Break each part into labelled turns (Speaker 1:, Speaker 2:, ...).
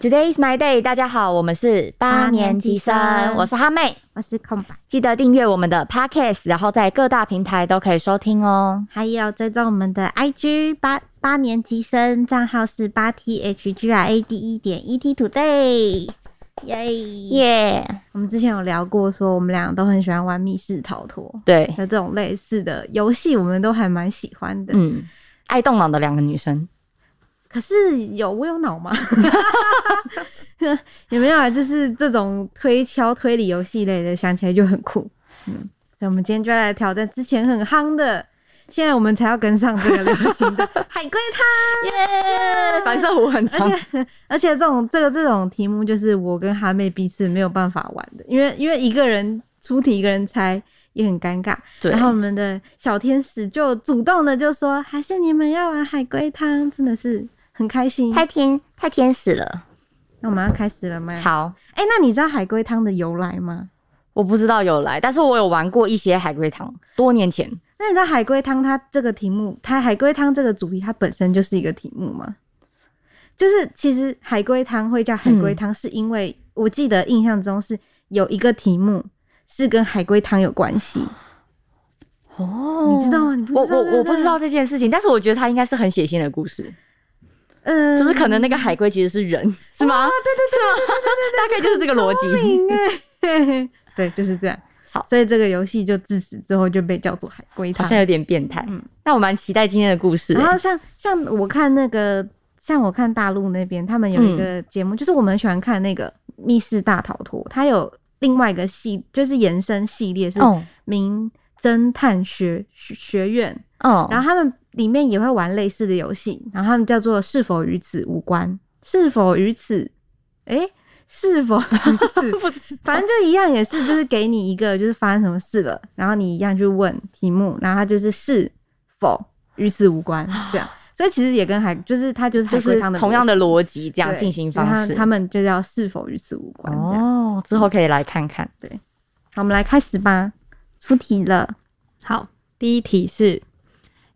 Speaker 1: Today is my day，大家好，我们是八年级生
Speaker 2: 八年级，生
Speaker 1: 我是哈妹，
Speaker 2: 我是空白，
Speaker 1: 记得订阅我们的 Podcast，然后在各大平台都可以收听哦。
Speaker 2: 还有追踪我们的 IG 八八年级生账号是八 T H G R A D 一点 E T Today，耶耶！
Speaker 1: 耶、
Speaker 2: 我们之前有聊过，说我们俩都很喜欢玩密室逃脱，
Speaker 1: 对，
Speaker 2: 有这种类似的游戏，我们都还蛮喜欢的。
Speaker 1: 嗯，爱动脑的两个女生，
Speaker 2: 可是有我有脑吗？ 有没有啊？就是这种推敲、推理游戏类的，想起来就很酷。嗯，所以我们今天就要来挑战之前很夯的，现在我们才要跟上这个流行的海龟
Speaker 1: 耶、反射弧很
Speaker 2: 汤。而且而且这种这个这种题目，就是我跟哈妹彼此没有办法玩的，因为因为一个人出题，一个人猜。也很尴尬，
Speaker 1: 对
Speaker 2: 然后我们的小天使就主动的就说，还是你们要玩海龟汤，真的是很开心。
Speaker 1: 太天太天使了。
Speaker 2: 那我们要开始了吗？，
Speaker 1: 好，
Speaker 2: 哎、那你知道海龟汤的由来吗？
Speaker 1: 我不知道有来，但是我有玩过一些海龟汤，多年前。
Speaker 2: 那你知道海龟汤它这个题目，它海龟汤这个主题它本身就是一个题目吗？就是其实海龟汤会叫海
Speaker 1: 嗯
Speaker 2: 龟汤，是因为我记得印象中是有一个题目是跟海龟汤有关系，
Speaker 1: 哦
Speaker 2: 你知道吗你不知道
Speaker 1: 我
Speaker 2: 对
Speaker 1: 我
Speaker 2: 不
Speaker 1: 我不知
Speaker 2: 对
Speaker 1: 道这件事情，但是我觉得它应该是很血腥的故事，
Speaker 2: 嗯，
Speaker 1: 就是可能那个海龟其实是人，是吗？对对对对对对，大概就是这个逻辑。
Speaker 2: 明哎，对，就是这样。
Speaker 1: 好
Speaker 2: 所以这个游戏就自此之后就被叫做海龟
Speaker 1: 好
Speaker 2: 汤
Speaker 1: 像。有点变态，
Speaker 2: 嗯
Speaker 1: 那我蛮期待今天的故事、
Speaker 2: 然
Speaker 1: 欸
Speaker 2: 后像像我看那个，像我看大陆那边，他们有
Speaker 1: 嗯
Speaker 2: 一个节目，就是我们喜欢看那个《密室大逃脱》，它有另外一个系，就是延伸系列是
Speaker 1: 哦
Speaker 2: 名侦探学学学院，
Speaker 1: 哦，
Speaker 2: 然后他们里面也会玩类似的游戏，然后他们叫做“是否与此无关”，是否与此，诶，是否与 此
Speaker 1: 不知
Speaker 2: 反正就一样，也是就是给你一个就是发生什么事了，然后你一样去问题目，然后它就是是否与此无关 这样，所以其实也跟海就是它就是海
Speaker 1: 就是
Speaker 2: 龟汤的
Speaker 1: 同样的逻辑这
Speaker 2: 辑
Speaker 1: 样
Speaker 2: 对
Speaker 1: 进行
Speaker 2: 只是它
Speaker 1: 方式。
Speaker 2: 他们就叫是否与此无关这样。
Speaker 1: 哦，之后可以来看看。
Speaker 2: 好，我们来开始吧，出题了，
Speaker 3: 好，第一题是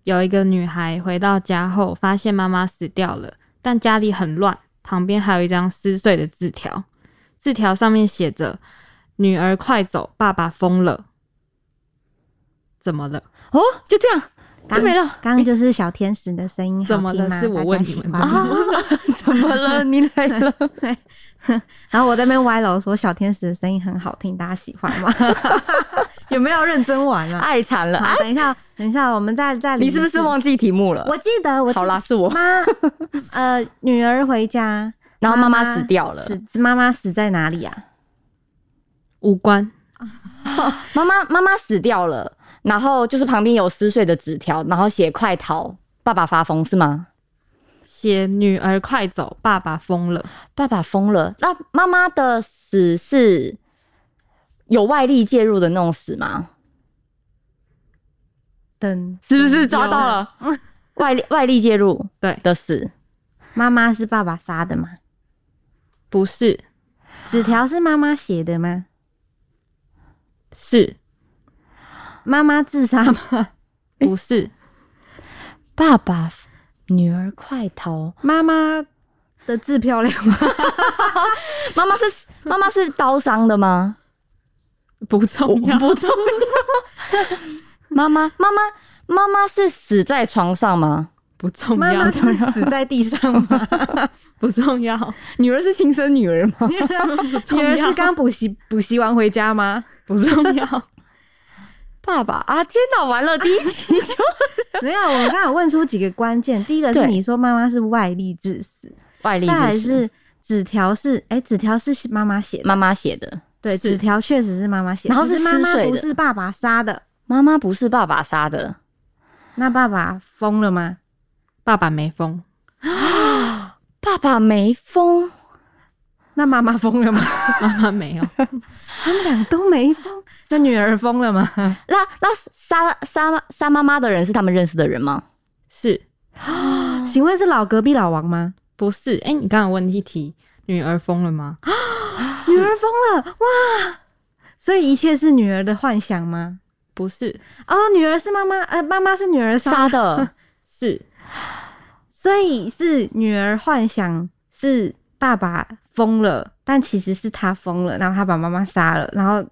Speaker 3: 有一个女孩回到家后，发现妈妈死掉了，但家里很乱，旁边还有一张撕碎的字条，字条上面写着：“女儿快走，爸爸疯了。”怎么了？
Speaker 1: 哦，就这样
Speaker 2: 啊
Speaker 1: 就没 了。
Speaker 2: 刚刚就是小天使的声音，
Speaker 3: 怎么
Speaker 2: 好听
Speaker 3: 了
Speaker 2: 吗
Speaker 3: 是我
Speaker 2: 大家
Speaker 3: 问你
Speaker 2: 喜
Speaker 3: 们
Speaker 2: 欢
Speaker 3: 吧
Speaker 2: 吗
Speaker 1: 啊， 怎么了？你来了？
Speaker 2: 然后我在那边歪楼说小天使的声音很好听，大家喜欢吗？ 有没有认真玩 了？
Speaker 1: 爱惨了！
Speaker 2: 好，
Speaker 1: 哎，
Speaker 2: 等一下，等一下，我们再再理
Speaker 1: 你
Speaker 2: 一
Speaker 1: 是不是
Speaker 2: 次？
Speaker 1: 忘记题目了？
Speaker 2: 啊我记得，我记得
Speaker 1: 好啦，，是我。
Speaker 2: 妈，呃，女儿回家，
Speaker 1: 然后妈妈死掉了，
Speaker 2: 死妈妈死在哪里啊？
Speaker 3: 无关，
Speaker 1: 妈妈妈妈死掉了，然后就是旁边有撕碎的纸条，然后写快逃，爸爸发疯是吗？
Speaker 3: 写“女儿快走，爸爸疯了
Speaker 1: 爸爸疯了。那妈妈的死是有外力介入的那种死吗？
Speaker 2: 等
Speaker 1: 是不是抓到了？啊外力外力介入”。
Speaker 3: 对，
Speaker 1: 的死，
Speaker 2: 妈妈是爸爸杀的吗？
Speaker 3: 不是，
Speaker 2: 纸条是妈妈写的吗？
Speaker 3: 是
Speaker 2: 妈妈自杀吗？
Speaker 3: 不是？
Speaker 1: 爸爸女儿快逃，
Speaker 2: 妈妈的字漂亮吗？
Speaker 1: 妈妈是妈妈是刀伤的吗？
Speaker 3: 不重要，
Speaker 1: 不重要。妈妈妈妈妈妈是死在床上吗？
Speaker 3: 不重
Speaker 2: 妈妈
Speaker 3: 要，
Speaker 2: 是死在地上吗？
Speaker 3: 不重要，
Speaker 1: 女儿是亲生女儿吗？
Speaker 3: 不重
Speaker 2: 女
Speaker 3: 要，
Speaker 2: 儿是刚补习补习完回家吗？
Speaker 3: 不重要。
Speaker 1: 爸爸啊！天哪，完了，第一集就
Speaker 2: 没有，我们刚才问出几个关键，第一个是
Speaker 1: 对
Speaker 2: 你说妈妈是外力致死，
Speaker 1: 外力
Speaker 2: 再来
Speaker 1: 之死，
Speaker 2: 是纸条是哎，纸、条是妈妈写的，
Speaker 1: 妈妈写的。
Speaker 2: 对，
Speaker 3: 是
Speaker 2: 纸条确实是妈妈写的，
Speaker 1: 然后
Speaker 2: 可
Speaker 1: 是
Speaker 2: 是妈妈
Speaker 1: 撕碎
Speaker 2: 不
Speaker 1: 的
Speaker 2: 是爸爸杀的，
Speaker 1: 妈妈不是爸爸杀的，
Speaker 2: 那爸爸疯了吗？
Speaker 3: 爸爸没疯，
Speaker 1: 爸爸没疯，
Speaker 2: 那妈妈疯了吗？
Speaker 3: 妈妈 没有。
Speaker 2: 他们两个 都没疯，那女儿疯了吗？
Speaker 1: 那那杀杀杀妈妈的人是他们认识的人吗？
Speaker 3: 是
Speaker 2: 请问是老隔壁老王吗？
Speaker 3: 不是？哎、你刚刚有问一题，女儿疯了吗？啊
Speaker 2: 女儿疯了，哇！所以一切是女儿的幻想吗？
Speaker 3: 不是，
Speaker 2: 哦，女儿是妈妈，呃，妈妈是女儿
Speaker 1: 杀，
Speaker 2: 杀
Speaker 1: 的，
Speaker 3: 是
Speaker 2: 所以是女儿幻想是爸爸疯了，但其实是他疯了，然后他把妈妈杀了，然后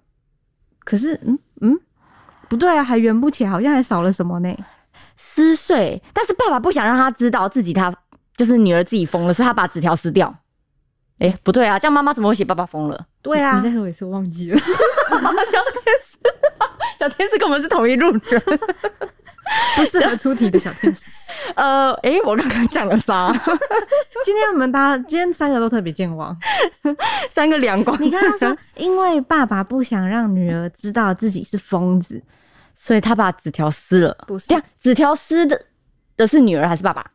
Speaker 2: 可是嗯嗯不对啊，还圆不起来，好像还少了什么呢？
Speaker 1: 撕碎，但是爸爸不想让他知道自己他就是女儿自己疯了，所以他把纸条撕掉。哎、不对啊，这样妈妈怎么会写爸爸疯了？
Speaker 2: 对啊
Speaker 3: 你，再说我一次，我忘记了。
Speaker 1: 小天使，小天使跟我们是同一路人。
Speaker 3: 不适合出题的小天 使。
Speaker 1: 呃，哎、我刚刚讲了啥？
Speaker 2: 今天我们大家今天三个都特别健忘。
Speaker 1: 三个两光。
Speaker 2: 你看 他说，因为爸爸不想让女儿知道自己是疯子，
Speaker 1: 所以他把纸条撕了。
Speaker 3: 不是
Speaker 1: 这样，纸条撕的的是女儿还是爸爸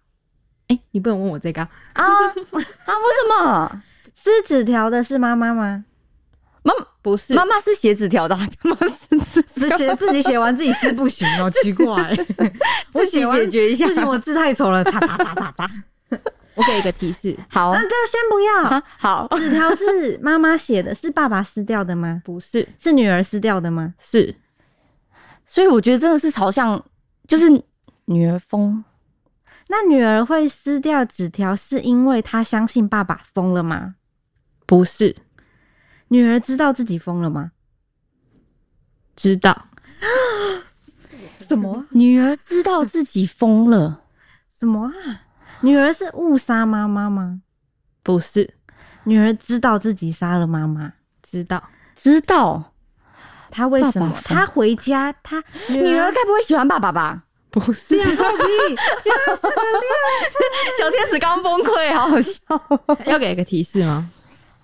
Speaker 3: 哎、你不能问我这个啊、
Speaker 1: 啊？啊，为什么？
Speaker 2: 撕纸条的是妈妈吗？
Speaker 1: 妈
Speaker 3: 不是
Speaker 1: 妈妈是写纸条的啊，妈妈是撕
Speaker 2: 只
Speaker 1: 纸
Speaker 2: 写自己写完自己撕不行 哦，奇怪。我
Speaker 1: 自己
Speaker 2: 写完
Speaker 1: 解决一下
Speaker 2: 不。行，我字太丑了，擦擦擦擦擦。
Speaker 3: 我给一个提示，
Speaker 1: 好
Speaker 2: 那这个先不要。
Speaker 1: 啊， 好，
Speaker 2: 纸条是妈妈写的，是爸爸撕掉的吗？
Speaker 3: 不是，
Speaker 2: 是女儿撕掉的吗？
Speaker 3: 是
Speaker 1: 所以我觉得真的是朝向，就是女儿疯。
Speaker 2: 那女儿会撕掉纸条，是因为她相信爸爸疯了吗？
Speaker 3: 不是？
Speaker 2: 女儿知道自己疯了吗？
Speaker 3: 知道
Speaker 2: 什么
Speaker 1: 女儿知道自己疯了，
Speaker 2: 什么啊？女儿是误杀妈妈吗？
Speaker 3: 不是？
Speaker 2: 女儿知道自己杀了妈妈，
Speaker 3: 知道
Speaker 1: 知道
Speaker 2: 她为什么
Speaker 1: 爸？爸疯
Speaker 2: 她回家，她
Speaker 1: 女儿该不会喜欢爸爸吧？
Speaker 3: 不是？啊
Speaker 2: 脸放屁，原来是个
Speaker 1: 小天使刚崩溃，好好笑。
Speaker 3: 要给一个提示吗？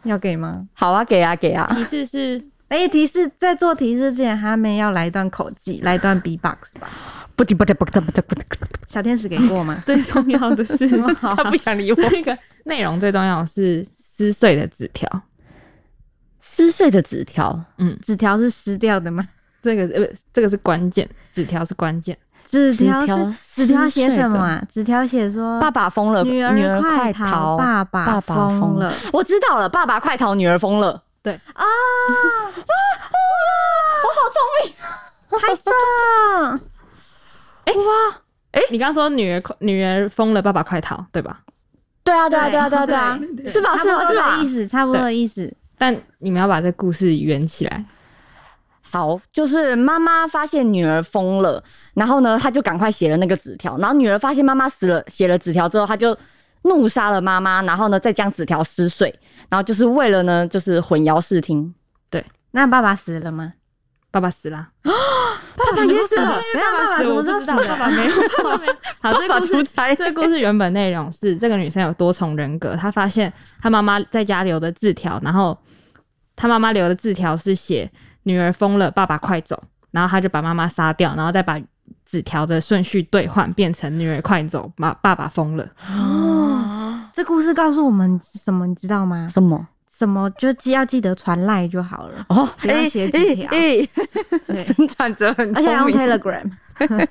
Speaker 2: 要给吗？
Speaker 1: 好啊，给啊，给啊。
Speaker 3: 提示是？
Speaker 2: 哎、提示在做提示之前，他们要来一段口技，来一段 B box 吧。
Speaker 1: 不不不不不不
Speaker 2: 小天使给过吗
Speaker 3: 最重要的是
Speaker 1: 他不想理我。
Speaker 3: 那个内容最重要的是撕碎的纸条，嗯
Speaker 1: 撕碎的 纸条，
Speaker 2: 纸条是撕掉的吗？
Speaker 3: 这个呃不这个是关键，纸条是关键，
Speaker 2: 纸条
Speaker 1: 纸条
Speaker 2: 是纸条写
Speaker 1: 撕碎
Speaker 2: 什
Speaker 1: 的
Speaker 2: 么啊？纸条写 说
Speaker 1: 爸爸疯了，
Speaker 2: 女
Speaker 1: 女
Speaker 2: 儿
Speaker 1: 快
Speaker 2: 快逃，
Speaker 1: 爸
Speaker 2: 爸爸疯了。。
Speaker 1: 我知道了，爸爸快逃，女儿疯了。
Speaker 3: 对
Speaker 1: 啊，我
Speaker 2: 拍摄，
Speaker 3: 哎
Speaker 1: 好聪明哇！
Speaker 3: 你刚说女儿快女儿疯了，爸爸快逃，对吧？
Speaker 1: 对啊，对啊，对啊，对啊，对啊
Speaker 3: 对，对
Speaker 1: 是吧？
Speaker 2: 差
Speaker 1: 是
Speaker 2: 不
Speaker 1: 吧？
Speaker 2: 多
Speaker 1: 是吧
Speaker 2: 的意？思，差不多的意思。
Speaker 3: 但你们要把这故事圆起来，
Speaker 1: 好，就是妈妈发现女儿疯了，然后呢，她就赶快写了那个纸条，然后女儿发现妈妈死了，写了纸条之后，她就怒杀了妈妈，然后呢，再将纸条撕碎，然后就是为了呢，就是混淆视听。
Speaker 2: 那爸爸死了吗？
Speaker 3: 爸爸死了，
Speaker 1: 爸爸也死了，
Speaker 2: 等一下爸爸
Speaker 3: 死
Speaker 2: 怎么
Speaker 3: 我
Speaker 2: 知道
Speaker 3: 不
Speaker 2: 死
Speaker 3: 知道
Speaker 2: 了？
Speaker 3: 爸爸没有，爸爸没有。 好，这
Speaker 1: 爸
Speaker 3: 个
Speaker 1: 爸
Speaker 3: 故
Speaker 1: 出
Speaker 3: 事
Speaker 1: 差
Speaker 3: 这个故事原本内容是这个女生有多重人格，她发现她妈妈在家留的字条，然后她妈妈留的字条是写“女儿疯了，爸爸快走”，然后她就把妈妈杀掉，然后再把纸条的顺序兑换，变成“女儿快走，妈爸爸疯了
Speaker 2: 哦，这故事告诉我们什么？你知道吗？
Speaker 1: 什么？
Speaker 2: 什么就记要记得传赖就好 了，
Speaker 1: 哦，
Speaker 2: 不要写纸条
Speaker 1: 哎哎
Speaker 2: 对
Speaker 1: 生产者很
Speaker 2: 而且要
Speaker 1: 聪
Speaker 2: 用
Speaker 1: 明。
Speaker 2: Telegram，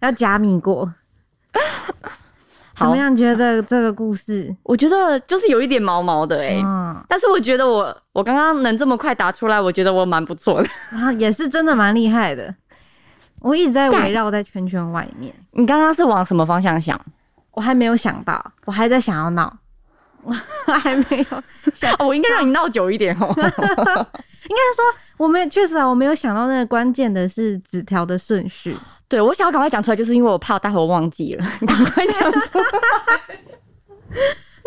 Speaker 2: 要加密过。怎
Speaker 1: 好
Speaker 2: 么，样？觉得这个这个故事？
Speaker 1: 我觉得就是有一点毛毛的哎、
Speaker 2: 嗯，
Speaker 1: 但是我觉得我我刚刚能这么快答出来，我觉得我蛮不错的。
Speaker 2: 然后也是真的蛮厉害的。我一直在
Speaker 1: 干
Speaker 2: 围绕在圈圈外面，
Speaker 1: 你刚刚是往什么方向想？
Speaker 2: 我还没有想到，我还在想要闹，我还没有。
Speaker 1: 哦，我应该让你闹久一点哦。
Speaker 2: 我们确实啊，我没有想到那个关键的是纸条的顺序。
Speaker 1: 对，我想要赶快讲出来，就是因为我怕我待会儿忘记了，赶快讲出 来。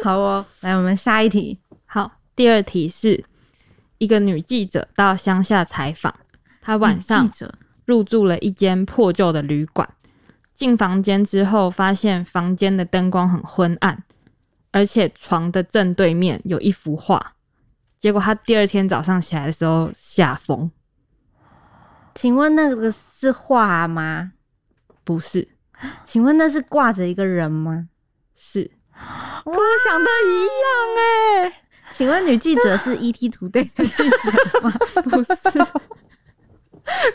Speaker 2: 好哦，来我们下一题。”。
Speaker 3: 好，第二题是一个女记者到乡下采访，她晚上
Speaker 2: 记者
Speaker 3: 入住了一间破旧的旅馆。进房间之后，发现房间的灯光很昏暗，而且床的正对面有一幅画。结果他第二天早上起来的时候吓疯，
Speaker 2: 请问那个是画吗？
Speaker 3: 不是，
Speaker 2: 请问那是挂着一个人吗？
Speaker 3: 是
Speaker 1: 跟我想的一样哎、
Speaker 2: 请问女记者是 ET Today 的记者吗？
Speaker 3: 不是？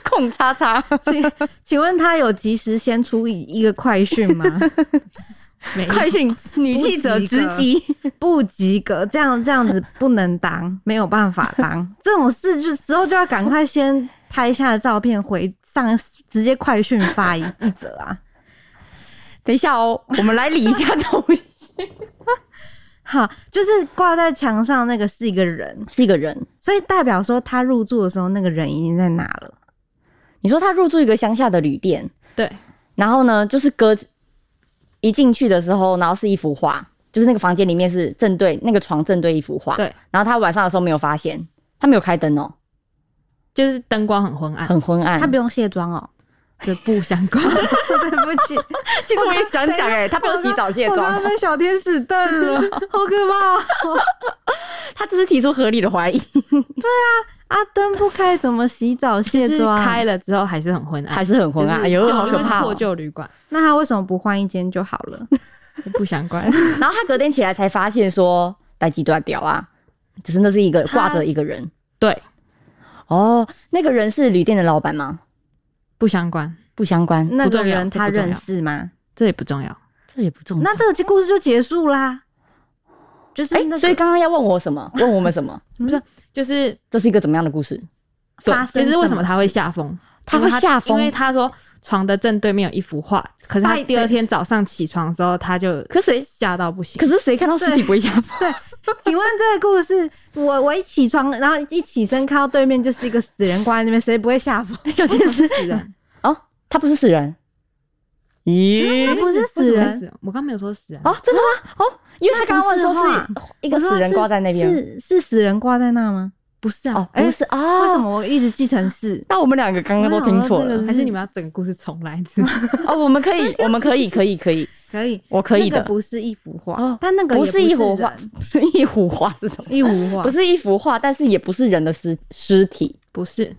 Speaker 1: 空叉叉，
Speaker 2: 请 请问她有及时先出一一个快讯 吗？
Speaker 3: 没有
Speaker 1: 快讯，女记者直击。
Speaker 2: 不及格，这样这样子不能当，没有办法当这种事，就时候就要赶快先拍下照片回上，直接快讯发一一则 啊！
Speaker 1: 等一下哦，我们来理一下头绪。
Speaker 2: 好，就是挂在墙上那个是一个人，
Speaker 1: 是一个人。
Speaker 2: 所以代表说他入住的时候，那个人已经在哪了。
Speaker 1: 你说他入住一个乡下的旅店，
Speaker 3: 对，
Speaker 1: 然后呢，就是隔一进去的时候，然后是一幅画，就是那个房间里面是正对那个床正对一幅画。
Speaker 3: 对。
Speaker 1: 然后他晚上的时候没有发现，他没有开灯哦、
Speaker 3: 就是灯光很昏暗，
Speaker 1: 很昏暗。
Speaker 2: 他不用卸妆哦，
Speaker 3: 这不相 关。
Speaker 2: 对不起，
Speaker 1: 其实我也想讲哎、他不用洗澡卸
Speaker 2: 我刚
Speaker 1: 妆
Speaker 2: 刚，被小天使瞪了， 好可怕、哦！
Speaker 1: 他只是提出合理的怀疑，
Speaker 2: 啊，灯不开怎么洗澡
Speaker 3: 就
Speaker 2: 卸
Speaker 3: 是
Speaker 2: 妆？
Speaker 3: 开了之后还是很昏暗，
Speaker 1: 还是很昏暗，哎呦，好可怕、
Speaker 3: 破
Speaker 1: 哦。
Speaker 3: 旧旅馆
Speaker 2: 那他为什么不换一间就好 了？
Speaker 3: 不相关。
Speaker 1: 然后他隔天起来才发现说，呆鸡断掉啊，只是那是一个挂着一个人。
Speaker 3: 对，
Speaker 1: 哦，那个人是旅店的老板吗？
Speaker 3: 不相关，
Speaker 1: 不相关，
Speaker 2: 那
Speaker 3: 重
Speaker 2: 个
Speaker 3: 要
Speaker 2: 人
Speaker 3: 这
Speaker 2: 他
Speaker 3: 不重
Speaker 2: 认
Speaker 3: 要
Speaker 2: 识吗？
Speaker 3: 这也不重要。
Speaker 1: 这也不重要。
Speaker 2: 那这个故事就结束啦。就是
Speaker 1: 嗯哎、
Speaker 2: 那个
Speaker 1: 所以刚刚要问我什么？问我们什么？
Speaker 3: 就是
Speaker 1: 这是一个怎么样的故事？
Speaker 3: 对
Speaker 2: 发，生
Speaker 3: 就是为
Speaker 2: 什
Speaker 3: 什
Speaker 2: 么
Speaker 3: 么他会下风？
Speaker 1: 他
Speaker 3: 因
Speaker 1: 会
Speaker 3: 为
Speaker 1: 下风
Speaker 3: 因为他说床的正对面有一幅画，可是他
Speaker 2: 拜
Speaker 3: 第二天早上起床的时候他就
Speaker 1: 可谁
Speaker 3: 吓到不行
Speaker 1: 可。是谁看到尸体不会下风？
Speaker 2: 请问这个故事，我我一起床，然后一起身看到对面就是一个死人挂在那边，谁不会 吓疯？
Speaker 1: 小天使
Speaker 3: 死人，
Speaker 1: 哦，他不是死人？咦、
Speaker 2: 他不是
Speaker 3: 为什
Speaker 2: 死
Speaker 3: 么会
Speaker 2: 人，
Speaker 3: 死，我刚没有说死人。
Speaker 1: 哦，真的吗？哦，因为他刚刚问说
Speaker 2: 那不是
Speaker 1: 是一个
Speaker 2: 我说
Speaker 1: 死人
Speaker 2: 是
Speaker 1: 挂在那边。
Speaker 2: 是是死人挂在那吗？
Speaker 3: 不是
Speaker 1: 哦
Speaker 3: 啊，，
Speaker 2: 哎
Speaker 1: 不是啊、
Speaker 2: 为什么我一直记成是？
Speaker 1: 那我们两个刚刚都听错了
Speaker 2: 我
Speaker 3: 还是你们要整个故事重来一次？
Speaker 1: 哦，我们可以，我们可以，可以，可以，
Speaker 2: 可以，
Speaker 1: 我可以
Speaker 2: 那
Speaker 1: 的
Speaker 2: 个。不是一幅画，
Speaker 1: 哦
Speaker 2: 但那个也
Speaker 1: 不
Speaker 2: 是
Speaker 1: 是一幅画
Speaker 2: 人，
Speaker 1: 一幅画是什么？
Speaker 2: 一幅画
Speaker 1: 不是一幅画，但是也不是人的尸尸体，
Speaker 3: 不是，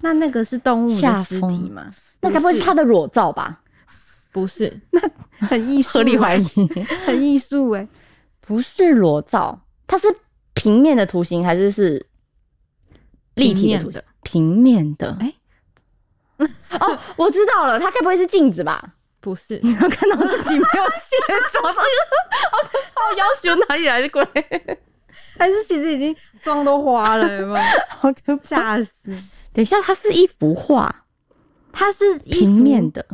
Speaker 2: 那那个是动物
Speaker 1: 吓
Speaker 2: 的尸
Speaker 1: 疯
Speaker 2: 体吗？
Speaker 1: 那该不会是他的裸照吧？
Speaker 3: 不是，
Speaker 2: 很艺术欸，
Speaker 1: 合理怀疑，
Speaker 2: 很艺术哎。
Speaker 1: 不是裸照，它是平面的图形还是是立体的图
Speaker 3: 平面
Speaker 1: 形
Speaker 3: 的？
Speaker 1: 平面的，
Speaker 3: 哎
Speaker 1: 哦，我知道了，它该不会是镜子吧？
Speaker 3: 不是，
Speaker 1: 我看到自己没有卸 妆，好要求哪里来的鬼？
Speaker 2: 还是其实已经妆都花了，有没 有
Speaker 1: 好可怕！
Speaker 2: 吓死！
Speaker 1: 等一下，它是一幅画，
Speaker 2: 它是一幅
Speaker 1: 平面，的，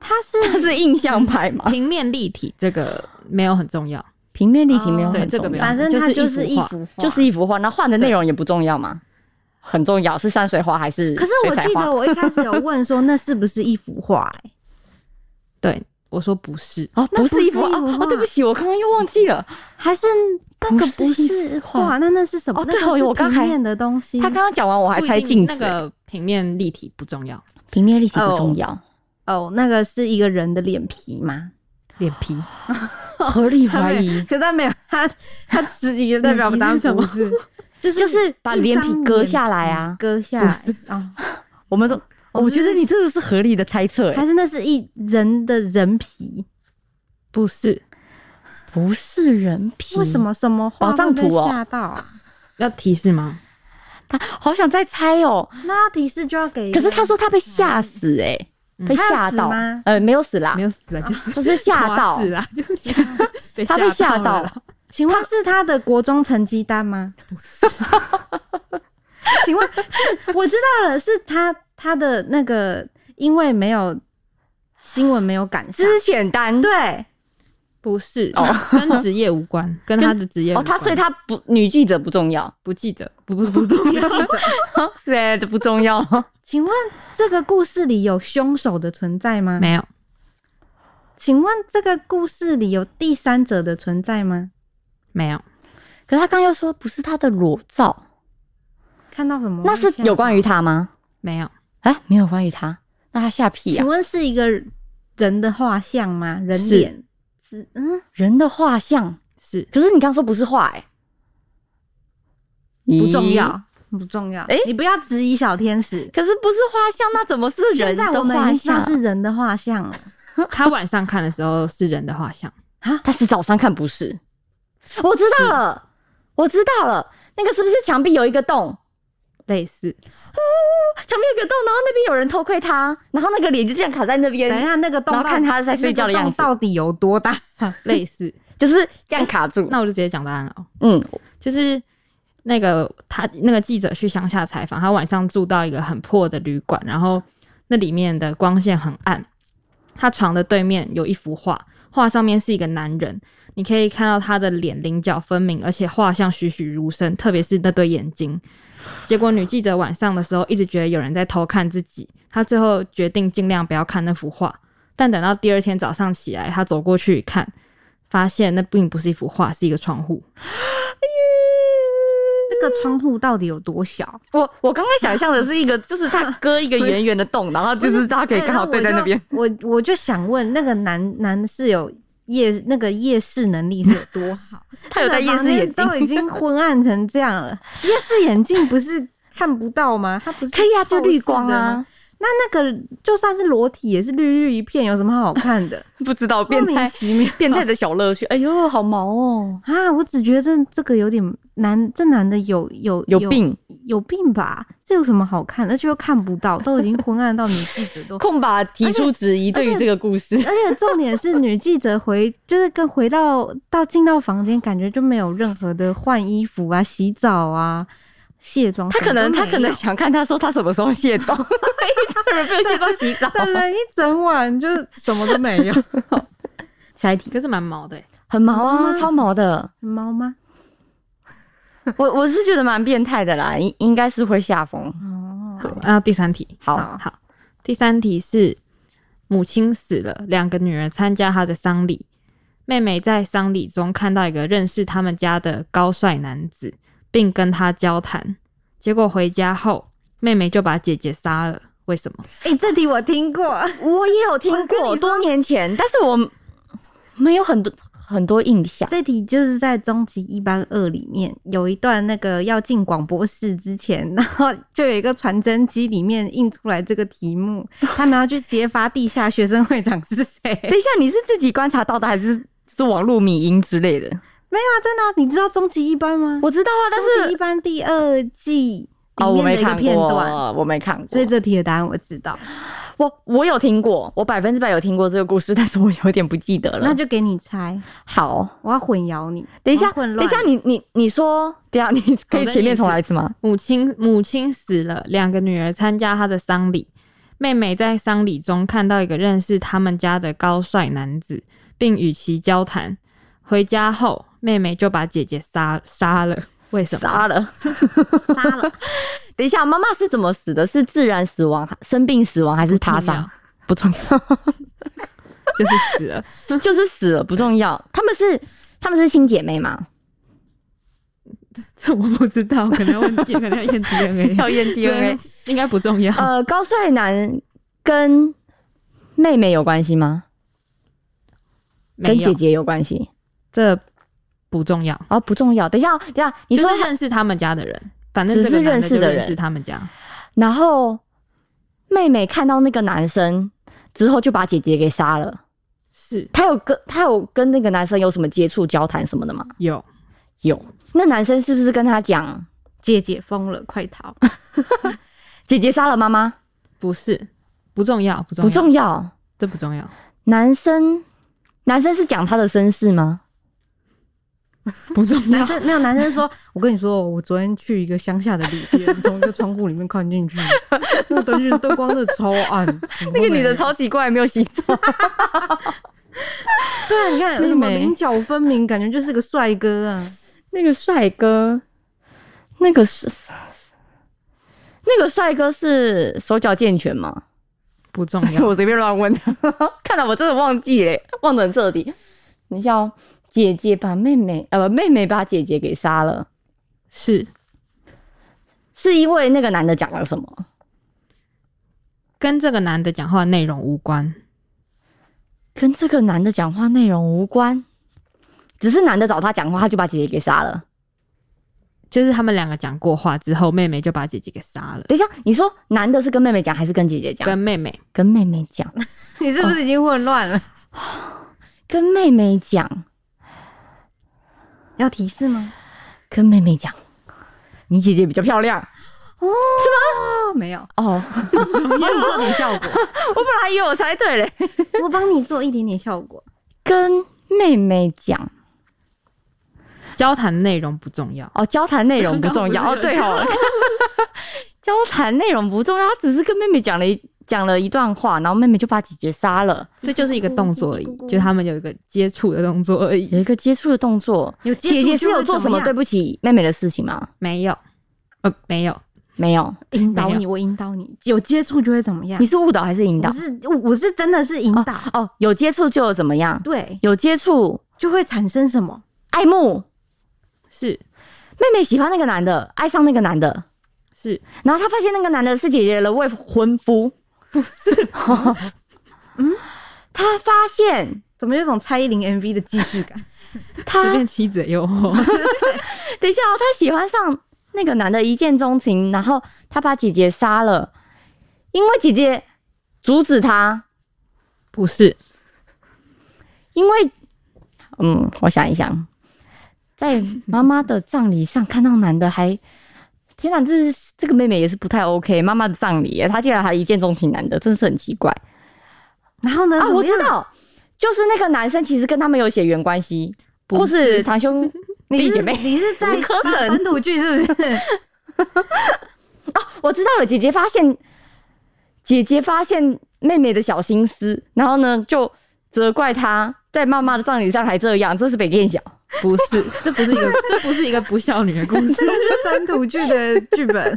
Speaker 2: 它是
Speaker 1: 它是印象派吗？
Speaker 3: 平面立体这个没有很重要，
Speaker 1: 平面立体 没有
Speaker 2: 哦
Speaker 1: 很
Speaker 3: 对这个
Speaker 1: 重
Speaker 3: 没
Speaker 1: 要
Speaker 3: 有
Speaker 2: 反正
Speaker 3: 就
Speaker 2: 它
Speaker 3: 是一
Speaker 2: 就是
Speaker 3: 幅
Speaker 2: 一
Speaker 3: 画
Speaker 2: 幅画，
Speaker 1: 就是一幅画，那换的内容也不重要吗？很重要，是山水画还是
Speaker 2: 可是我
Speaker 1: 水彩
Speaker 2: 记
Speaker 1: 画
Speaker 2: 得我一开始有问说，那是不是一幅画、欸？
Speaker 3: 对，我说不是，
Speaker 1: 哦，不
Speaker 2: 那不
Speaker 1: 是一
Speaker 2: 是
Speaker 1: 幅
Speaker 2: 一
Speaker 1: 画
Speaker 2: 幅
Speaker 1: 哦
Speaker 2: 画
Speaker 1: 哦，对不起，我刚刚又忘记了。
Speaker 2: 还是那个
Speaker 1: 不
Speaker 2: 不
Speaker 1: 是一幅
Speaker 2: 是
Speaker 1: 画
Speaker 2: 画？那那是什么？
Speaker 1: 哦对
Speaker 2: 那个
Speaker 1: 哦
Speaker 2: 是
Speaker 1: 我刚还
Speaker 2: 平面的东西。
Speaker 1: 他刚刚讲完，我还
Speaker 3: 不一
Speaker 1: 猜
Speaker 3: 定
Speaker 1: 镜子
Speaker 3: 那。个平面立体不重要，
Speaker 1: 平面立体不重要，
Speaker 2: 哦，那个是一个人的脸皮吗？
Speaker 3: 脸皮
Speaker 1: 合理
Speaker 2: 他
Speaker 1: 怀
Speaker 2: 没有
Speaker 1: 疑
Speaker 2: 可是他没有，他他迟疑代表当
Speaker 1: 脸皮
Speaker 2: 不是，就是
Speaker 1: 就是把脸皮割下来啊
Speaker 2: 一张脸皮割下来
Speaker 3: 不是
Speaker 2: 哦，
Speaker 1: 我们都，我觉得你这个是合理的猜测，
Speaker 2: 还
Speaker 1: 哎，
Speaker 2: 是那是一人的人皮？
Speaker 3: 不是，
Speaker 1: 不是人皮，
Speaker 2: 为什？么什么画
Speaker 1: 宝藏图哦
Speaker 2: 会被吓到啊？
Speaker 3: 要提示吗？
Speaker 1: 他好想再猜哦，
Speaker 2: 那提示就要给，
Speaker 1: 可是他说他被吓死，哎，
Speaker 3: 嗯
Speaker 1: 被吓
Speaker 2: 他有死
Speaker 1: 到
Speaker 2: 吗，
Speaker 1: 呃，没有死啦
Speaker 3: 没，有死啊，就是
Speaker 1: 就是吓到，
Speaker 3: 死啊，就是 被
Speaker 1: 他被吓到
Speaker 3: 了啦，
Speaker 2: 请问是他的国中成绩单吗？不 是。请问是我知道了，是他他的那个因为没有新闻没有赶上，
Speaker 1: 之前单，
Speaker 2: 对，
Speaker 3: 不是
Speaker 1: 哦，
Speaker 3: 跟职业无 关，跟他的职业无
Speaker 1: 哦，他
Speaker 3: 关
Speaker 1: 所以他不女记者不重要，
Speaker 3: 不记者，不不不重要，
Speaker 1: 对，这不重要，
Speaker 2: 请问这个故事里有凶手的存在吗？
Speaker 3: 没有，
Speaker 2: 请问这个故事里有第三者的存在吗？
Speaker 3: 没有，
Speaker 1: 可是他刚又说不是他的裸照，
Speaker 2: 看到什么？
Speaker 1: 那是有关于。他吗？
Speaker 3: 没有，
Speaker 1: 啊，没有关于他，那他下屁啊
Speaker 2: 请？问是一个人的画像吗？人
Speaker 3: 是
Speaker 2: 脸是嗯，
Speaker 1: 人的画像，
Speaker 3: 是
Speaker 1: 可是你刚刚说不是画哎、
Speaker 2: 不
Speaker 1: 不
Speaker 2: 重要，不重要。
Speaker 1: 诶
Speaker 2: 你不要质疑小天使。
Speaker 1: 可是不是画像，那怎么是人
Speaker 2: 现在
Speaker 1: 的
Speaker 2: 我们
Speaker 1: 画
Speaker 2: 已经知道
Speaker 1: 像？
Speaker 2: 是人的画像啊了。
Speaker 3: 他晚上看的时候是人的画像，
Speaker 1: 但是早上看不是，我知道了，我知道了，那个是不是墙壁有一个洞？
Speaker 3: 类 似，
Speaker 1: 墙壁有个洞，然后那边有人偷窥他，然后那个脸就这样卡在那
Speaker 2: 等一
Speaker 1: 边，
Speaker 2: 下那个洞
Speaker 1: 然
Speaker 2: 到，
Speaker 1: 后看他在睡觉的样子
Speaker 2: 那个洞到底有多大？
Speaker 3: 类似，
Speaker 1: 就是这样卡住。
Speaker 3: 那我就直接讲答案了哦。
Speaker 1: 嗯，
Speaker 3: 就是那个他那个记者去乡下采访，他晚上住到一个很破的旅馆，然后那里面的光线很暗，他床的对面有一幅画，画上面是一个男人，你可以看到他的脸棱角分明，而且画像栩栩如生，特别是那对眼睛。结果女记者晚上的时候一直觉得有人在偷看自己，她最后决定尽量不要看那幅画。但等到第二天早上起来，她走过去一看，发现那并不是一幅画，是一个窗户。
Speaker 2: 那个窗户到底有多小？
Speaker 1: 我我刚刚想象的是一个，就是他割 一个圆圆的洞，然后就是大家可以刚好对在那边。
Speaker 2: 哎我我就想问，那个男男是有夜那个夜视能力是有多 好？
Speaker 1: 他有戴夜视眼镜
Speaker 2: 那个房间都已经昏暗成这样 了，夜视眼镜不是看不到吗？他不是
Speaker 1: 可以啊，就
Speaker 2: 透视
Speaker 1: 绿光
Speaker 2: 的
Speaker 1: 啊
Speaker 2: 吗。，那那个就算是裸体也是绿绿一片，有什么好看 的？
Speaker 1: 不知道
Speaker 2: 莫
Speaker 1: 变
Speaker 2: 名
Speaker 1: 态
Speaker 2: 其妙
Speaker 1: 变态的小乐趣。哎呦，好毛哦，
Speaker 2: 啊！我只觉得这这个有点难，这男的有有
Speaker 1: 有病，
Speaker 2: 有病吧？这有什么好看？而且又看不到，都已经昏暗到女记者 都
Speaker 1: 空吧提出质疑对于这个故事。
Speaker 2: 而且重点是，女记者回就是跟回到到进到房间，感觉就没有任何的换衣服啊、洗澡啊、卸妆什
Speaker 1: 他
Speaker 2: 么都
Speaker 1: 可
Speaker 2: 没
Speaker 1: 能
Speaker 2: 有。
Speaker 1: 他可能想看他说他什么时候卸妆， 一堆人没有卸妆洗澡。
Speaker 2: 等了一整晚，就是什么都没 有。 下一题，
Speaker 3: 可是蛮毛的欸、
Speaker 1: 很毛
Speaker 2: 毛
Speaker 1: 啊，
Speaker 2: 吗
Speaker 1: 超毛的。
Speaker 2: 猫吗？
Speaker 1: 我我是觉得蛮变态的啦，应应该是会下风。
Speaker 2: 哦，
Speaker 3: 那呃第三题，
Speaker 1: 好，
Speaker 3: 好，第三题是母亲死了，两个女儿参加她的丧礼。妹妹在丧礼中看到一个认识他们家的高帅男子，并跟他交谈。结果回家后，妹妹就把姐姐杀了。为什么？
Speaker 2: 哎、这题我听过，
Speaker 1: 我也有听过，多年前，但是我没有很多很多印象。
Speaker 2: 这题就是在《终极一班二》里面有一段那个要进广播室之前，然后就有一个传真机里面印出来这个题目，他们要去揭发地下学生会长是谁。
Speaker 1: 等一下，你是自己观察到的，还是是网络迷音之类的？
Speaker 2: 没有啊，真的啊、你知道终极一班吗？
Speaker 1: 我知道啊，但
Speaker 2: 终极一
Speaker 1: 是
Speaker 2: 班第二季
Speaker 1: 哦，
Speaker 2: 里
Speaker 1: 我
Speaker 2: 面
Speaker 1: 没
Speaker 2: 的一个
Speaker 1: 看
Speaker 2: 片段，
Speaker 1: 过，我没看过，
Speaker 2: 所以这题的答案我知道，
Speaker 1: 我我有听过，我百分之百有听过这个故事，但 是我有点不记得了。
Speaker 2: 那就给你猜，
Speaker 1: 好，
Speaker 2: 我要混淆你。
Speaker 1: 等一
Speaker 2: 我
Speaker 1: 下，
Speaker 2: 要混
Speaker 1: 等
Speaker 2: 乱
Speaker 1: 一下，你你你说，等一下你可以前面重来一次吗？
Speaker 3: 母亲母亲死了，两个女儿参加她的丧礼。妹妹在丧礼中看到一个认识他们家的高帅男子，并与其交谈。回家后，妹妹就把姐姐杀杀了。为什么？
Speaker 1: 杀了！
Speaker 2: 杀了，
Speaker 1: 等一下，妈妈是怎么死的？是自然死亡、生病死亡，还是他
Speaker 3: 不重
Speaker 1: 杀？不重
Speaker 3: 就是死了。
Speaker 1: 要，就是死了，不重要。他们是他们是亲姐妹吗？
Speaker 3: 这我不知道，可能要问，可能要 验 DNA，
Speaker 1: 验
Speaker 3: 应该不重要。
Speaker 1: 呃，高帅男跟妹妹有关系吗？
Speaker 3: 没
Speaker 1: 跟姐
Speaker 3: 有，
Speaker 1: 姐有关系？
Speaker 3: 这不重要。
Speaker 1: 哦，不重要。等一下哦，等一下，你
Speaker 3: 你
Speaker 1: 说
Speaker 3: 说认识他们家的人，反正
Speaker 1: 只
Speaker 3: 这个
Speaker 1: 是
Speaker 3: 男
Speaker 1: 认
Speaker 3: 的
Speaker 1: 识
Speaker 3: 就
Speaker 1: 的
Speaker 3: 认
Speaker 1: 人
Speaker 3: 识他们家。
Speaker 1: 然后妹妹看到那个男生之后，就把姐姐给杀了。
Speaker 3: 是
Speaker 1: 她有跟她有跟那个男生有什么接触、交谈什么的吗？
Speaker 3: 有，
Speaker 1: 有。那男生是不是跟她讲
Speaker 2: 姐姐疯了，快逃！
Speaker 1: 姐姐杀了妈妈？
Speaker 3: 不是不重要，不重
Speaker 1: 不
Speaker 3: 要，
Speaker 1: 重要。
Speaker 3: 这不重要。
Speaker 1: 男生男生是讲他的身世吗？
Speaker 3: 不重
Speaker 2: 男生没有男生说，我跟你说，我昨天去一个乡下的旅店，从一个窗户里面 看进去，那个灯是灯光真的超暗，什么都
Speaker 1: 那个
Speaker 2: 没
Speaker 1: 女的
Speaker 2: 有
Speaker 1: 超奇怪，没有洗 澡。
Speaker 2: 对啊，你看有什么
Speaker 1: 妹妹
Speaker 2: 棱角分明，感觉就是个帅哥啊。
Speaker 1: 那个帅哥，那个是那个帅哥是手脚健全吗？
Speaker 3: 不重 要。
Speaker 1: 我随便乱问的， 看来我真的忘记嘞，忘得很彻底。你像姐姐把妹妹，呃，不妹妹把姐姐给杀了，
Speaker 3: 是
Speaker 1: 是因为那个男的讲了什么？
Speaker 3: 跟这个男的讲话的内容无关。
Speaker 1: 跟这个男的讲话内容无关，只是男的找他讲话，他就把姐姐给杀了。
Speaker 3: 就是他们两个讲过话之后，妹妹就把姐姐给杀了，
Speaker 1: 等一下，你说男的是跟妹妹讲还是跟姐姐讲？
Speaker 3: 跟妹妹
Speaker 1: 跟妹妹讲，
Speaker 2: 你是不是已经混乱了？
Speaker 1: 跟妹妹讲，
Speaker 2: 要提示吗？
Speaker 1: 跟妹妹讲。你姐姐比较漂亮
Speaker 2: 哦，没有，
Speaker 1: 哦，
Speaker 2: 我帮你做点效果，
Speaker 1: 我本来以为我猜对嘞。
Speaker 2: 我帮你做一点点效果。
Speaker 1: 跟妹妹讲，
Speaker 3: 交谈的内容不重要。
Speaker 1: 哦，交谈内容 不重要哦，对哦，交谈内容不重要，他只是跟妹妹讲了一讲了一段话，然后妹妹就把姐姐杀了，
Speaker 3: 这就是一个动作而已，就他们有一个接触的动作而已，
Speaker 1: 有一个接触的动作。
Speaker 2: 有接触
Speaker 1: 姐姐是
Speaker 2: 就会
Speaker 1: 有做
Speaker 2: 怎
Speaker 1: 什么
Speaker 2: 样
Speaker 1: 对不起妹妹的事情吗？
Speaker 3: 没有，呃，没有，
Speaker 1: 没有，
Speaker 2: 引导
Speaker 3: 没有
Speaker 2: 你，我引导你，有接触就会怎么样
Speaker 1: 你？是误导还是引导
Speaker 2: 我？是我我是真的是引导，
Speaker 1: 哦，有接触就有怎么样？
Speaker 2: 对，
Speaker 1: 有接触
Speaker 2: 就会产生什么？
Speaker 1: 爱慕，
Speaker 3: 是
Speaker 1: 妹妹喜欢那个男的，爱上那个男的，
Speaker 3: 是，
Speaker 1: 然后她发现那个男的是姐姐的未婚夫，不是？ 嗯，她发现
Speaker 2: 怎么有种蔡依林 MV 的既视 感？
Speaker 1: 她
Speaker 3: 就变妻子的诱惑，
Speaker 1: 等一下、哦，她喜欢上那个男的，一见钟情，然后她把姐姐杀了，因为姐姐阻止她，
Speaker 3: 不是，
Speaker 1: 因为嗯，我想一想，在妈妈的葬礼上看到男的还。天哪，这是这个妹妹也是不太 OK。妈妈的葬礼耶，她竟然还一见钟情男的，真是很奇怪。
Speaker 2: 然后呢？
Speaker 1: 啊，
Speaker 2: 怎么
Speaker 1: 我知
Speaker 2: 样，
Speaker 1: 道，就是那个男生其实跟他们有血缘关系，
Speaker 3: 不
Speaker 1: 或是
Speaker 3: 是
Speaker 1: 堂兄
Speaker 2: 你
Speaker 1: 弟姐
Speaker 2: 是
Speaker 1: 妹。
Speaker 2: 你是在
Speaker 1: 吴柯
Speaker 2: 刷
Speaker 1: 神
Speaker 2: 本土剧 是不是？
Speaker 1: 我知道了，姐姐发现，姐姐发现妹妹的小心思，然后呢就责怪她在妈妈的葬礼上还这样，这是北电小。
Speaker 3: 不是，这不是一个，这不是一个不孝女的故 事
Speaker 2: 这，是本土剧的剧本。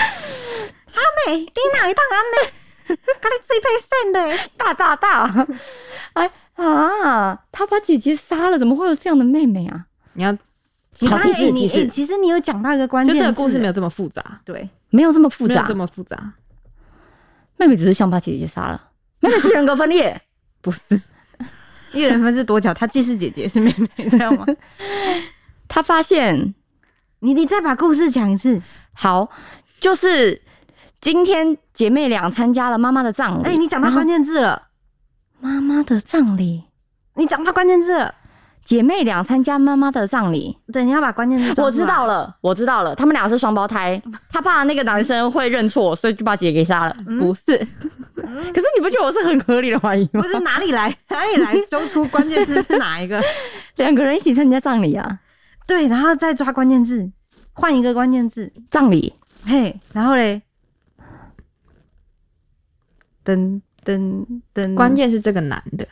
Speaker 2: 阿美，你哪一档安呢？跟你最配胜的，
Speaker 1: 大大大， 哎啊，他把姐姐杀了，怎么会有这样的妹妹啊？
Speaker 3: 你要，
Speaker 1: 好
Speaker 2: 哎
Speaker 1: 提示提
Speaker 2: 你哎
Speaker 1: 示，
Speaker 2: 其实你有讲到一个关
Speaker 3: 就
Speaker 2: 键字，
Speaker 3: 这个故事没有这么复杂，
Speaker 2: 对，
Speaker 1: 没有这么复
Speaker 3: 没有
Speaker 1: 杂
Speaker 3: 这，么复杂，
Speaker 1: 妹妹只是想把姐姐杀了，妹妹是人格分裂。
Speaker 3: 不是，
Speaker 2: 一人分饰多角，她既是姐姐是妹妹，知道吗？
Speaker 1: 她发现
Speaker 2: 你你再把故事讲一次。
Speaker 1: 好，就是今天姐妹俩参加了妈妈的葬礼。
Speaker 2: 哎、你讲到关
Speaker 1: 然后
Speaker 2: 键字了，
Speaker 1: 妈妈的葬礼，
Speaker 2: 你讲到关键字了。
Speaker 1: 姐妹俩参加妈妈的葬礼。
Speaker 2: 对，你要把关键字。
Speaker 1: 我知道，了，我知道了，他们俩是双胞胎，她怕那个男生会认错，所以就把姐姐给杀了。
Speaker 3: 不是，
Speaker 1: 嗯可是你不觉得我是很合理的怀疑吗
Speaker 2: 嗯不？是哪里 来哪里来揪出关键字是哪一个？
Speaker 1: 两个人一起参加葬礼啊，
Speaker 2: 对，然后再抓关键字，换一个关键字。
Speaker 1: 葬礼
Speaker 2: 嘿，然后嘞，噔噔噔，
Speaker 3: 关键是这个男的，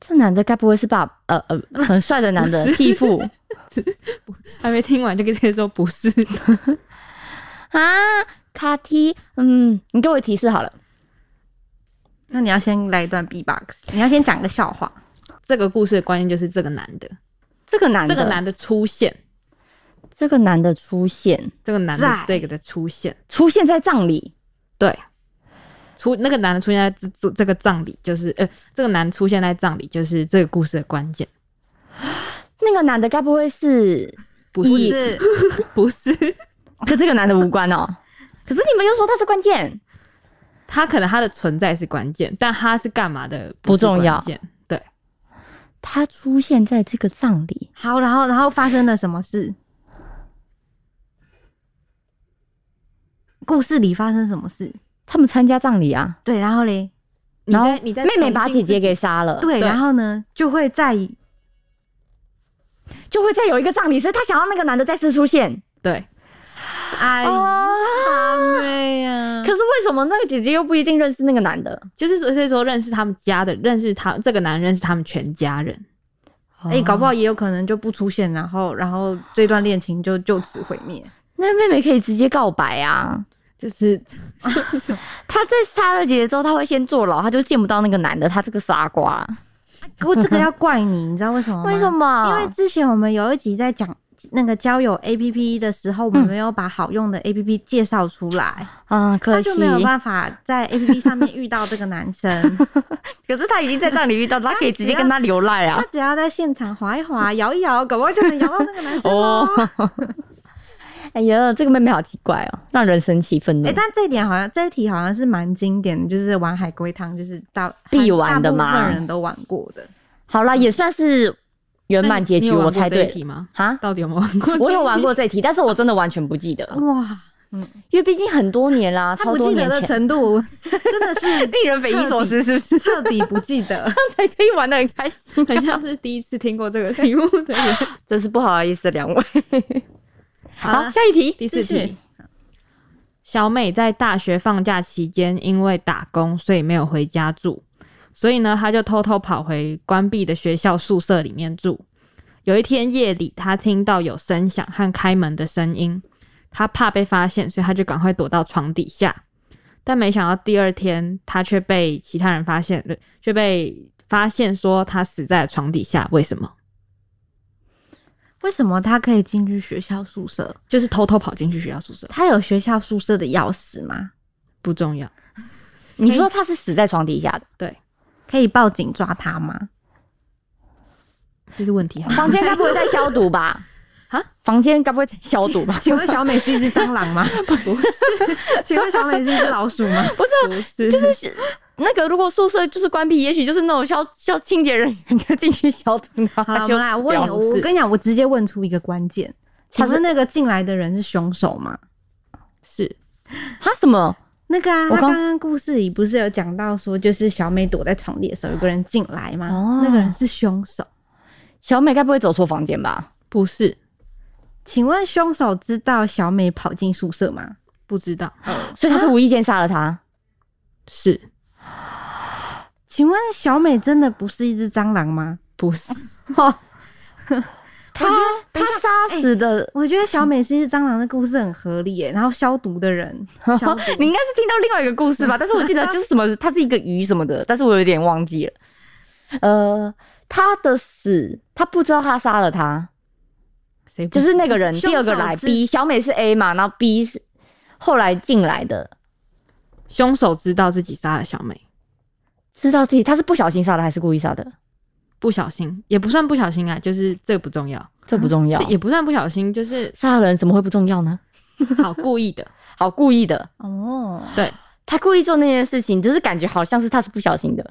Speaker 1: 这男的该不会是爸呃呃很帅的男的继父
Speaker 3: 还没听完就跟直接说不 是，
Speaker 1: 啊？卡提，嗯，你给我提示好了。
Speaker 2: 那你要先来一段 B-box，你要先讲个笑话。
Speaker 3: 这个故事的关键就是这个男的，
Speaker 1: 这个男
Speaker 3: 这
Speaker 1: 的，
Speaker 3: 个男的出现，
Speaker 1: 这个男的出现，
Speaker 3: 这个男
Speaker 2: 在
Speaker 3: 的这个的出现，
Speaker 1: 出现在葬礼，
Speaker 3: 对，出那个男的出现在这这这个葬礼，就是呃，这个男出现在葬礼，就是这个故事的关键，
Speaker 1: 那个男的该不会是？
Speaker 3: 不是，
Speaker 2: 是，
Speaker 3: 不是，
Speaker 1: 跟这个男的无关哦。可是你们又说他是关键，
Speaker 3: 他可能他的存在是关键，但他是干嘛的
Speaker 1: 不重要
Speaker 3: 不是关键对，
Speaker 1: 他出现在这个葬礼，
Speaker 2: 好，然后然后发生了什么事？故事里发生什么事？
Speaker 1: 他们参加葬礼啊，
Speaker 2: 对，然后嘞，
Speaker 3: 你
Speaker 1: 然后
Speaker 3: 在你在
Speaker 1: 妹妹把
Speaker 3: 重新
Speaker 1: 姐姐
Speaker 3: 自己
Speaker 1: 给杀了，，
Speaker 2: 对，
Speaker 3: 对
Speaker 2: 然后呢，就会在意
Speaker 1: 就会再有一个葬礼，所以他想要那个男的再次出现。
Speaker 3: 对，
Speaker 2: 哎
Speaker 1: 啊
Speaker 2: 妹呀
Speaker 1: 可是为什么那个姐姐又不一定认识那个男的？
Speaker 3: 就是所所以说认识他们家的，认识他这个男人认识他们全家人，
Speaker 2: 哎、搞不好也有可能就不出现，然后然后这段恋情就就此毁灭。
Speaker 1: 那妹妹可以直接告白啊！
Speaker 3: 就是
Speaker 1: 她在杀了姐姐之后，她会先坐牢，她就见不到那个男的，她这个傻瓜。
Speaker 2: 我这个要怪你，你知道为什么吗？
Speaker 1: 为什么？
Speaker 2: 哦因为之前我们有一集在讲那个交友 A P P 的时候，我们没有把好用的 A P P 介绍出来，
Speaker 1: 啊，可
Speaker 2: 他
Speaker 1: 惜
Speaker 2: 就没有办法在 A P P 上面遇到这个男生。
Speaker 1: 可是他已经在葬礼遇到，他可以直接跟他流赖啊
Speaker 2: 他。只要在现场滑一滑、摇一摇，搞不好就能摇到那个男生 哦。哎、，
Speaker 1: 哎呀，这个妹妹好奇怪哦，让人生气愤怒。
Speaker 2: 但这一点好像这一题好像是蛮经典的，就是玩海龟汤，就是大
Speaker 1: 必玩的
Speaker 2: 大
Speaker 1: 嘛
Speaker 2: 部分人都玩过的。
Speaker 1: 好啦，也算是圆满结局，我猜对了
Speaker 3: 题吗？
Speaker 1: 哈。
Speaker 3: 到底有没有玩过？
Speaker 1: 我有玩过这一题，但是我真的完全不记得，
Speaker 2: 哇，
Speaker 1: 因为毕竟很多年啦，
Speaker 2: 他
Speaker 1: 超
Speaker 2: 哦不
Speaker 1: 多
Speaker 2: 记得
Speaker 1: 年
Speaker 2: 的
Speaker 1: 前，
Speaker 2: 程度 真的是
Speaker 1: 令人匪夷所思，是不是？
Speaker 2: 彻底不记得。
Speaker 1: 才可以玩的很开心，
Speaker 3: 很像是第一次听过这个题目的人。
Speaker 1: 真 是不好意思，两位。
Speaker 2: 好
Speaker 1: 好，下一题，
Speaker 3: 第
Speaker 2: 继
Speaker 3: 四
Speaker 2: 续
Speaker 3: 题，小美在大学放假期间因为打工，所以没有回家住，所以呢，她就偷偷跑回关闭的学校宿舍里面住。有一天夜里，她听到有声响和开门的声音，她怕被发现，所以她就赶快躲到床底下。但没想到第二天，她却被其他人发现，却被发现说她死在床底下。为什么？
Speaker 2: 为什么他可以进去学校宿舍？
Speaker 3: 就是偷偷跑进去学校宿舍，
Speaker 2: 他有学校宿舍的钥匙吗？
Speaker 3: 不重要。
Speaker 1: 你说他是死在床底下的，
Speaker 3: 对，
Speaker 2: 可以报警抓他吗？
Speaker 3: 这是问题哈。
Speaker 1: 房间该不会在消毒 吧？
Speaker 3: 啊，
Speaker 1: 房间 该不会在消毒吧？
Speaker 2: 请问小美是一只蟑螂吗？ 不是。请问小美是一只老鼠吗？
Speaker 1: 不是，
Speaker 3: 不是，
Speaker 1: 啊就是那个如果宿舍就是关闭，也许就是那种消消清洁人员就进去消毒，然
Speaker 2: 好
Speaker 1: 后他
Speaker 2: 了，我
Speaker 1: 就
Speaker 2: 们来问你，
Speaker 1: 表示
Speaker 2: 我跟你讲，我直接问出一个关键，
Speaker 1: 他
Speaker 2: 请
Speaker 1: 是
Speaker 2: 问那个进来的人是凶手吗？
Speaker 3: 是
Speaker 1: 他什么？
Speaker 2: 那个啊，
Speaker 1: 我
Speaker 2: 他
Speaker 1: 刚
Speaker 2: 刚刚故事里不是有讲到说，就是小美躲在床底的时候，有个人进来吗？
Speaker 1: 哦
Speaker 2: 那个人是凶手。
Speaker 1: 小美该不会走错房间吧？
Speaker 3: 不是？
Speaker 2: 请问凶手知道小美跑进宿舍吗？
Speaker 3: 不知道
Speaker 1: 所以他是无意间杀了他。
Speaker 3: 是
Speaker 2: 请问小美真的不是一只蟑螂吗？
Speaker 3: 不是？
Speaker 1: 嗯他他杀死的，
Speaker 2: 我觉得小美是一只蟑螂的故事很合理耶。然后消毒的 人，消毒
Speaker 1: 你应该是听到另外一个故事吧？但是我记 得就是什么，他是一个鱼什么的，但是我有点忘记了。呃，他的死，他不知道他杀了他，
Speaker 3: 谁不
Speaker 1: 就是那个人
Speaker 2: 凶手
Speaker 1: 第二个来
Speaker 2: 知
Speaker 1: B，小美是 A 嘛，然后 B 是后来进来的，
Speaker 3: 凶手知道自己杀了小美，
Speaker 1: 知道自己他是不小心杀的还是故意杀的，
Speaker 3: 不小心也不算不小心啊，就是这不重要，
Speaker 1: 啊这不重要
Speaker 3: 这。也不算不小心，就是
Speaker 1: 杀人怎么会不重要呢？
Speaker 3: 好故意的。
Speaker 1: 好故意的，
Speaker 2: 哦，
Speaker 3: 对，
Speaker 1: 他故意做那件事情，只是感觉好像是他是不小心的，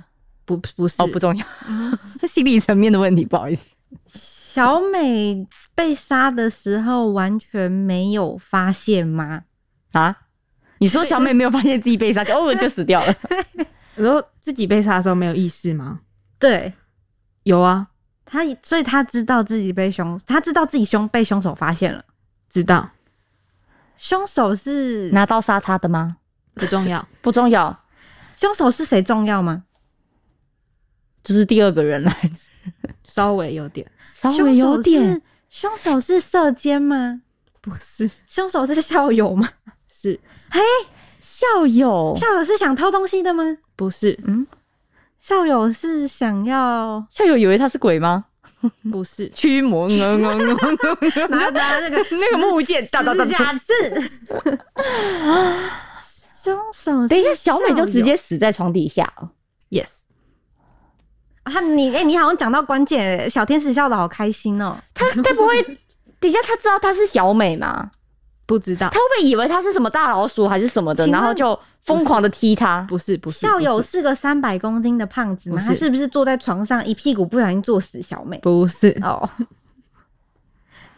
Speaker 3: 不不是
Speaker 1: 哦，不重要， 心理层面的问题，不好意思。
Speaker 2: 小美被杀的时候完全没有发现吗？
Speaker 1: 啊？你说小美没有发现自己被杀，就哦我就死掉 了。
Speaker 3: 然后自己被杀的时候没有意识吗？
Speaker 2: 对，
Speaker 3: 有啊，
Speaker 2: 她所以她知道自己被凶，她知道自己凶被凶手发现了。
Speaker 3: 知道
Speaker 2: 凶手是
Speaker 1: 拿刀杀他的吗？
Speaker 3: 不重要，
Speaker 1: 不重要，
Speaker 2: 凶手是谁重要吗？
Speaker 1: 就是第二个人来，
Speaker 3: 稍微有点
Speaker 1: 稍微
Speaker 2: 凶
Speaker 1: 有
Speaker 2: 手
Speaker 1: 点
Speaker 2: 是凶手是射奸吗？
Speaker 3: 不是
Speaker 2: 凶手是校友吗？
Speaker 3: 是
Speaker 1: 校友，
Speaker 2: 校友是想偷东西的吗？
Speaker 3: 不是
Speaker 1: 嗯
Speaker 2: 校友是想要
Speaker 1: 校友以为他是鬼吗？
Speaker 3: 不是
Speaker 1: 驱魔，嗯嗯嗯嗯嗯
Speaker 2: 拿拿 那个
Speaker 1: 那个木剑， 哒哒哒哒。
Speaker 2: 刺。凶手，
Speaker 1: 等一下，小美就直接死在床底下了。
Speaker 3: yes
Speaker 2: 他你哎、你好像讲到关键欸，小天使笑的好开心哦、
Speaker 1: 她该不会，等一下她知道她是小美吗？
Speaker 3: 不知道
Speaker 1: 她会不会以为她是什么大老鼠还是什么的，
Speaker 2: 请问
Speaker 1: 然后就疯狂的踢她？
Speaker 3: 不是不是
Speaker 2: 校友
Speaker 3: 不是
Speaker 2: 是个三百公斤的胖子吗？
Speaker 3: 不是
Speaker 2: 他是不是坐在床上一屁股不小心坐死小美？
Speaker 3: 不是
Speaker 2: 哦，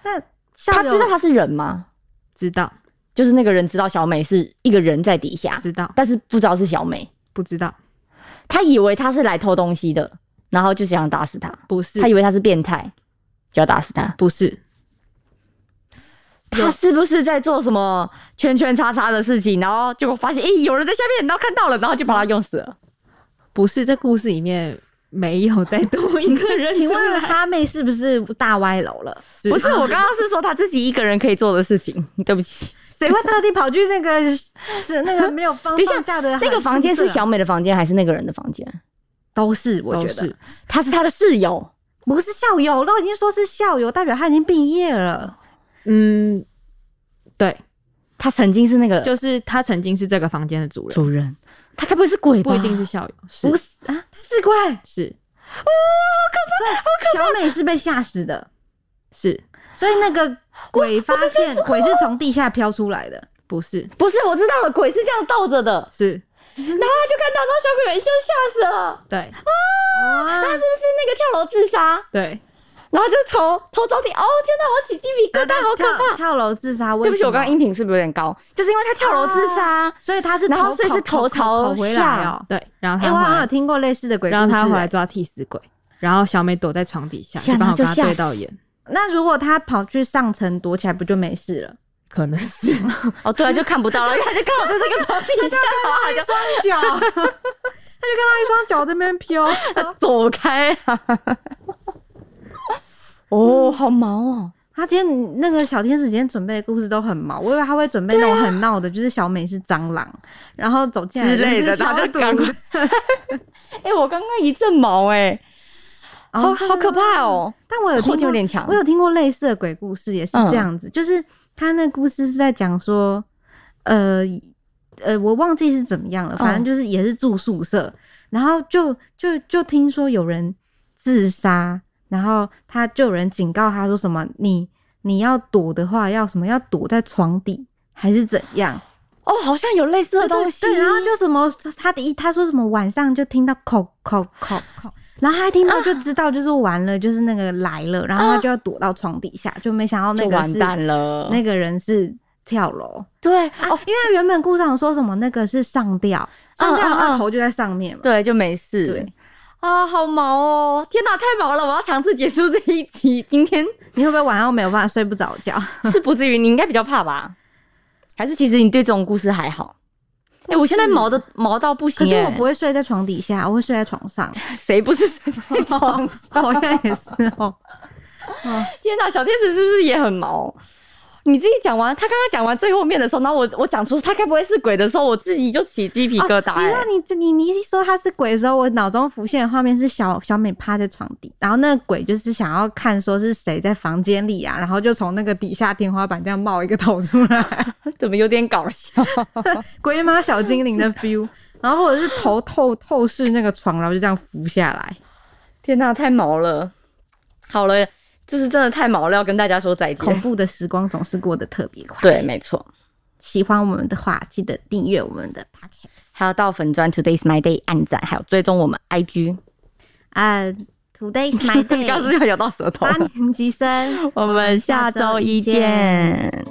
Speaker 2: 那校
Speaker 1: 她
Speaker 2: 友
Speaker 1: 知道她是人吗？
Speaker 3: 知道
Speaker 1: 就是那个人知道小美是一个人在底下，
Speaker 3: 知道
Speaker 1: 但是不知道是小美，
Speaker 3: 不知道
Speaker 1: 她以为她是来偷东西的，然后就想打死她。
Speaker 3: 不是
Speaker 1: 他以为他是变态，就要打死他。
Speaker 3: 不是
Speaker 1: 他是不是在做什么圈圈叉叉的事情？然后结果发现，诶、有人在下面，然后看到了，然后就把他用死了。
Speaker 3: 不是这故事里面没有再多一个人
Speaker 2: 请
Speaker 3: 出来
Speaker 2: 问哈妹是不是大歪楼了？
Speaker 3: 是
Speaker 1: 不是，我刚刚是说他自己一个人可以做的事情。 对不起，
Speaker 2: 谁会特地跑去那个是那个没有放
Speaker 1: 等一下
Speaker 2: 放假的
Speaker 1: 那个房间
Speaker 2: 宿
Speaker 1: 是啊
Speaker 2: 舍
Speaker 1: 小美的房间还是那个人的房间？
Speaker 2: 都是，我
Speaker 3: 都
Speaker 2: 觉得
Speaker 3: 是
Speaker 1: 他是他的室友，
Speaker 2: 不是校友，都已经说是校友，代表他已经毕业了。
Speaker 3: 嗯，对，
Speaker 1: 他曾经是那个
Speaker 3: 就是他曾经是这个房间的主人，
Speaker 1: 主人，他该不会是鬼吧？
Speaker 3: 不一定是校友，是
Speaker 2: 不是啊，他是怪
Speaker 3: 是
Speaker 2: 小美是被吓死的，
Speaker 3: 是
Speaker 2: 所以那 个鬼发现鬼是从地下飘出来的。
Speaker 3: 不是
Speaker 1: 不是，我知道了，鬼是这样倒着 的，
Speaker 3: 是，
Speaker 1: 然后他就看到，然后小鬼就吓死了。
Speaker 3: 对
Speaker 2: 哇，
Speaker 1: 他是不是那个跳楼自杀？
Speaker 3: 对，
Speaker 1: 然后就从头走顶，哦天哪，我起鸡皮疙瘩，好可怕！
Speaker 2: 跳跳楼自杀，为
Speaker 1: 啊对不起，
Speaker 2: 什么
Speaker 1: 我刚刚音频是不是有点高？就是因为他跳楼自杀，
Speaker 2: 所以他是头，
Speaker 1: 然后所以是头朝
Speaker 2: 跑回来哦。
Speaker 3: 对，然后
Speaker 2: 哎，
Speaker 3: 他
Speaker 2: 我好
Speaker 3: 回
Speaker 2: 像有
Speaker 3: 来，
Speaker 2: 听过类似的鬼故事。
Speaker 3: 然后他回来
Speaker 2: 哎，
Speaker 3: 抓替死鬼，然后小美躲在床底下，
Speaker 1: 天
Speaker 3: 就刚
Speaker 1: 哪
Speaker 3: 好跟他
Speaker 1: 就吓
Speaker 3: 对
Speaker 1: 死
Speaker 3: 到眼，
Speaker 2: 那如果他跑去上层躲起来，不就没事了？
Speaker 3: 可能是
Speaker 1: 哦， 对啊，就看不到了，因为他就靠着这个床底下，然 后他就
Speaker 2: 双脚，他就 看到一双脚在那边飘，
Speaker 1: 他 走开啊！ 哦，好忙哦。
Speaker 2: 他今天那个小天使今天准备的故事都很毛，我以为他会准备那种很闹的，就是小美是蟑螂，然后走进来
Speaker 1: 之类的
Speaker 2: 就是
Speaker 1: 然后
Speaker 2: 消
Speaker 1: 就
Speaker 2: 毒
Speaker 1: 赶快哎、我刚刚一阵毛哎、好好可怕！
Speaker 2: 哦
Speaker 1: 哦！
Speaker 2: 但我有
Speaker 1: 后
Speaker 2: 听
Speaker 1: 劲有
Speaker 2: 过，
Speaker 1: 点强嗯
Speaker 2: 我。有听过类似的鬼故事，也是这样子，就是他那故事是在讲说，呃呃，我忘记是怎么
Speaker 1: 嗯
Speaker 2: 样了，反正就是也是住宿舍，然后就就就听说有人自杀，然后他就有人警告他说什么，你你要躲的话，要什么要躲在床底。还是怎样？
Speaker 1: 哦，好像有类似的东西。
Speaker 2: 哦对，然后就什么，他的一他说什么晚上就听到口口口口，然后他一听
Speaker 1: 啊
Speaker 2: 到就知道就是完了，就是那个来了，然后他就要躲到床底下，就没想到那
Speaker 1: 就
Speaker 2: 个
Speaker 1: 完
Speaker 2: 是
Speaker 1: 蛋了。
Speaker 2: 啊那个人是跳楼
Speaker 1: 对
Speaker 2: 啊
Speaker 1: 哦，，
Speaker 2: 因为原本故事上说什么那个是上吊，上吊的
Speaker 1: 嗯嗯
Speaker 2: 话
Speaker 1: 嗯
Speaker 2: 头就在上面嘛，
Speaker 1: 对，就没事。
Speaker 2: 对，
Speaker 1: 啊，好毛哦！天哪，太毛了！我要强制结束这一集。今天
Speaker 2: 你会不会晚上没有办法睡不着 觉？
Speaker 1: 是不至于，你应该比较怕 吧？还是其实你对这种故事还好？哎、我现在毛的毛到不行、
Speaker 2: 可是
Speaker 1: 欸，
Speaker 2: 我不会睡在床底下，我会睡在床上。
Speaker 1: 谁不是睡在床上？
Speaker 2: 好像也是哦，
Speaker 1: 天哪，小天使是不是也很毛？你自己讲完，他刚刚讲完最后面的时候，然后我我讲出他该不会是鬼的时候，我自己就起鸡皮疙瘩、
Speaker 2: 啊你
Speaker 1: 欸
Speaker 2: 知道你这你你一说他是鬼的时候，我脑中浮现的画面是小小美趴在床底，然后那个鬼就是想要看说是谁在房间里啊，然后就从那个底下天花板这样冒一个头出 来，
Speaker 1: 哎怎么有点搞笑？
Speaker 2: 鬼马小精灵的 feel，然后或者是头透透视那个床，然后就这样浮下来。
Speaker 1: 天哪，太毛了！好了，就是真的太毛了，要跟大家说再
Speaker 2: 恐
Speaker 1: 见。
Speaker 2: 怖的时光总是过得特别快。
Speaker 1: 对，，没错。
Speaker 2: 喜欢我们的话，记得订阅我们的 podcast
Speaker 1: 还有到粉砖 Today's My Day 按赞，还有追踪我们 IG。
Speaker 2: 嗯啊、t
Speaker 1: 呃
Speaker 2: o d a y s my
Speaker 1: 你刚刚是不
Speaker 2: day，
Speaker 1: 是要咬到舌头
Speaker 2: 八
Speaker 1: 了？
Speaker 2: 年级生，
Speaker 1: 我们下周一见。